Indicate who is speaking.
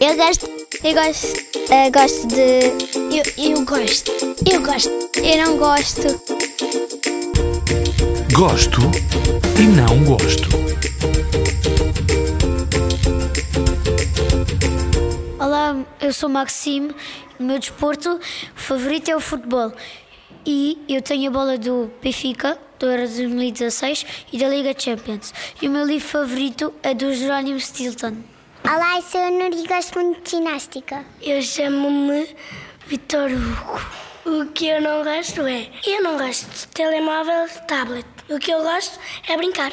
Speaker 1: Eu gosto. Eu gosto. eh, gosto de. Eu, eu gosto. Eu gosto. Eu não gosto.
Speaker 2: Gosto e não gosto.
Speaker 3: Olá, eu sou Maxime. O meu desporto favorito é o futebol. E eu tenho a bola do Benfica, do Euro 2016 e da Liga Champions. E o meu livro favorito é do Jerónimo Stilton.
Speaker 1: Olá, eu sou a Nuri e gosto muito de ginástica.
Speaker 3: Eu chamo-me Vitor Hugo. O que eu não gosto é. Eu não gosto de telemóvel, tablet. O que eu gosto é brincar.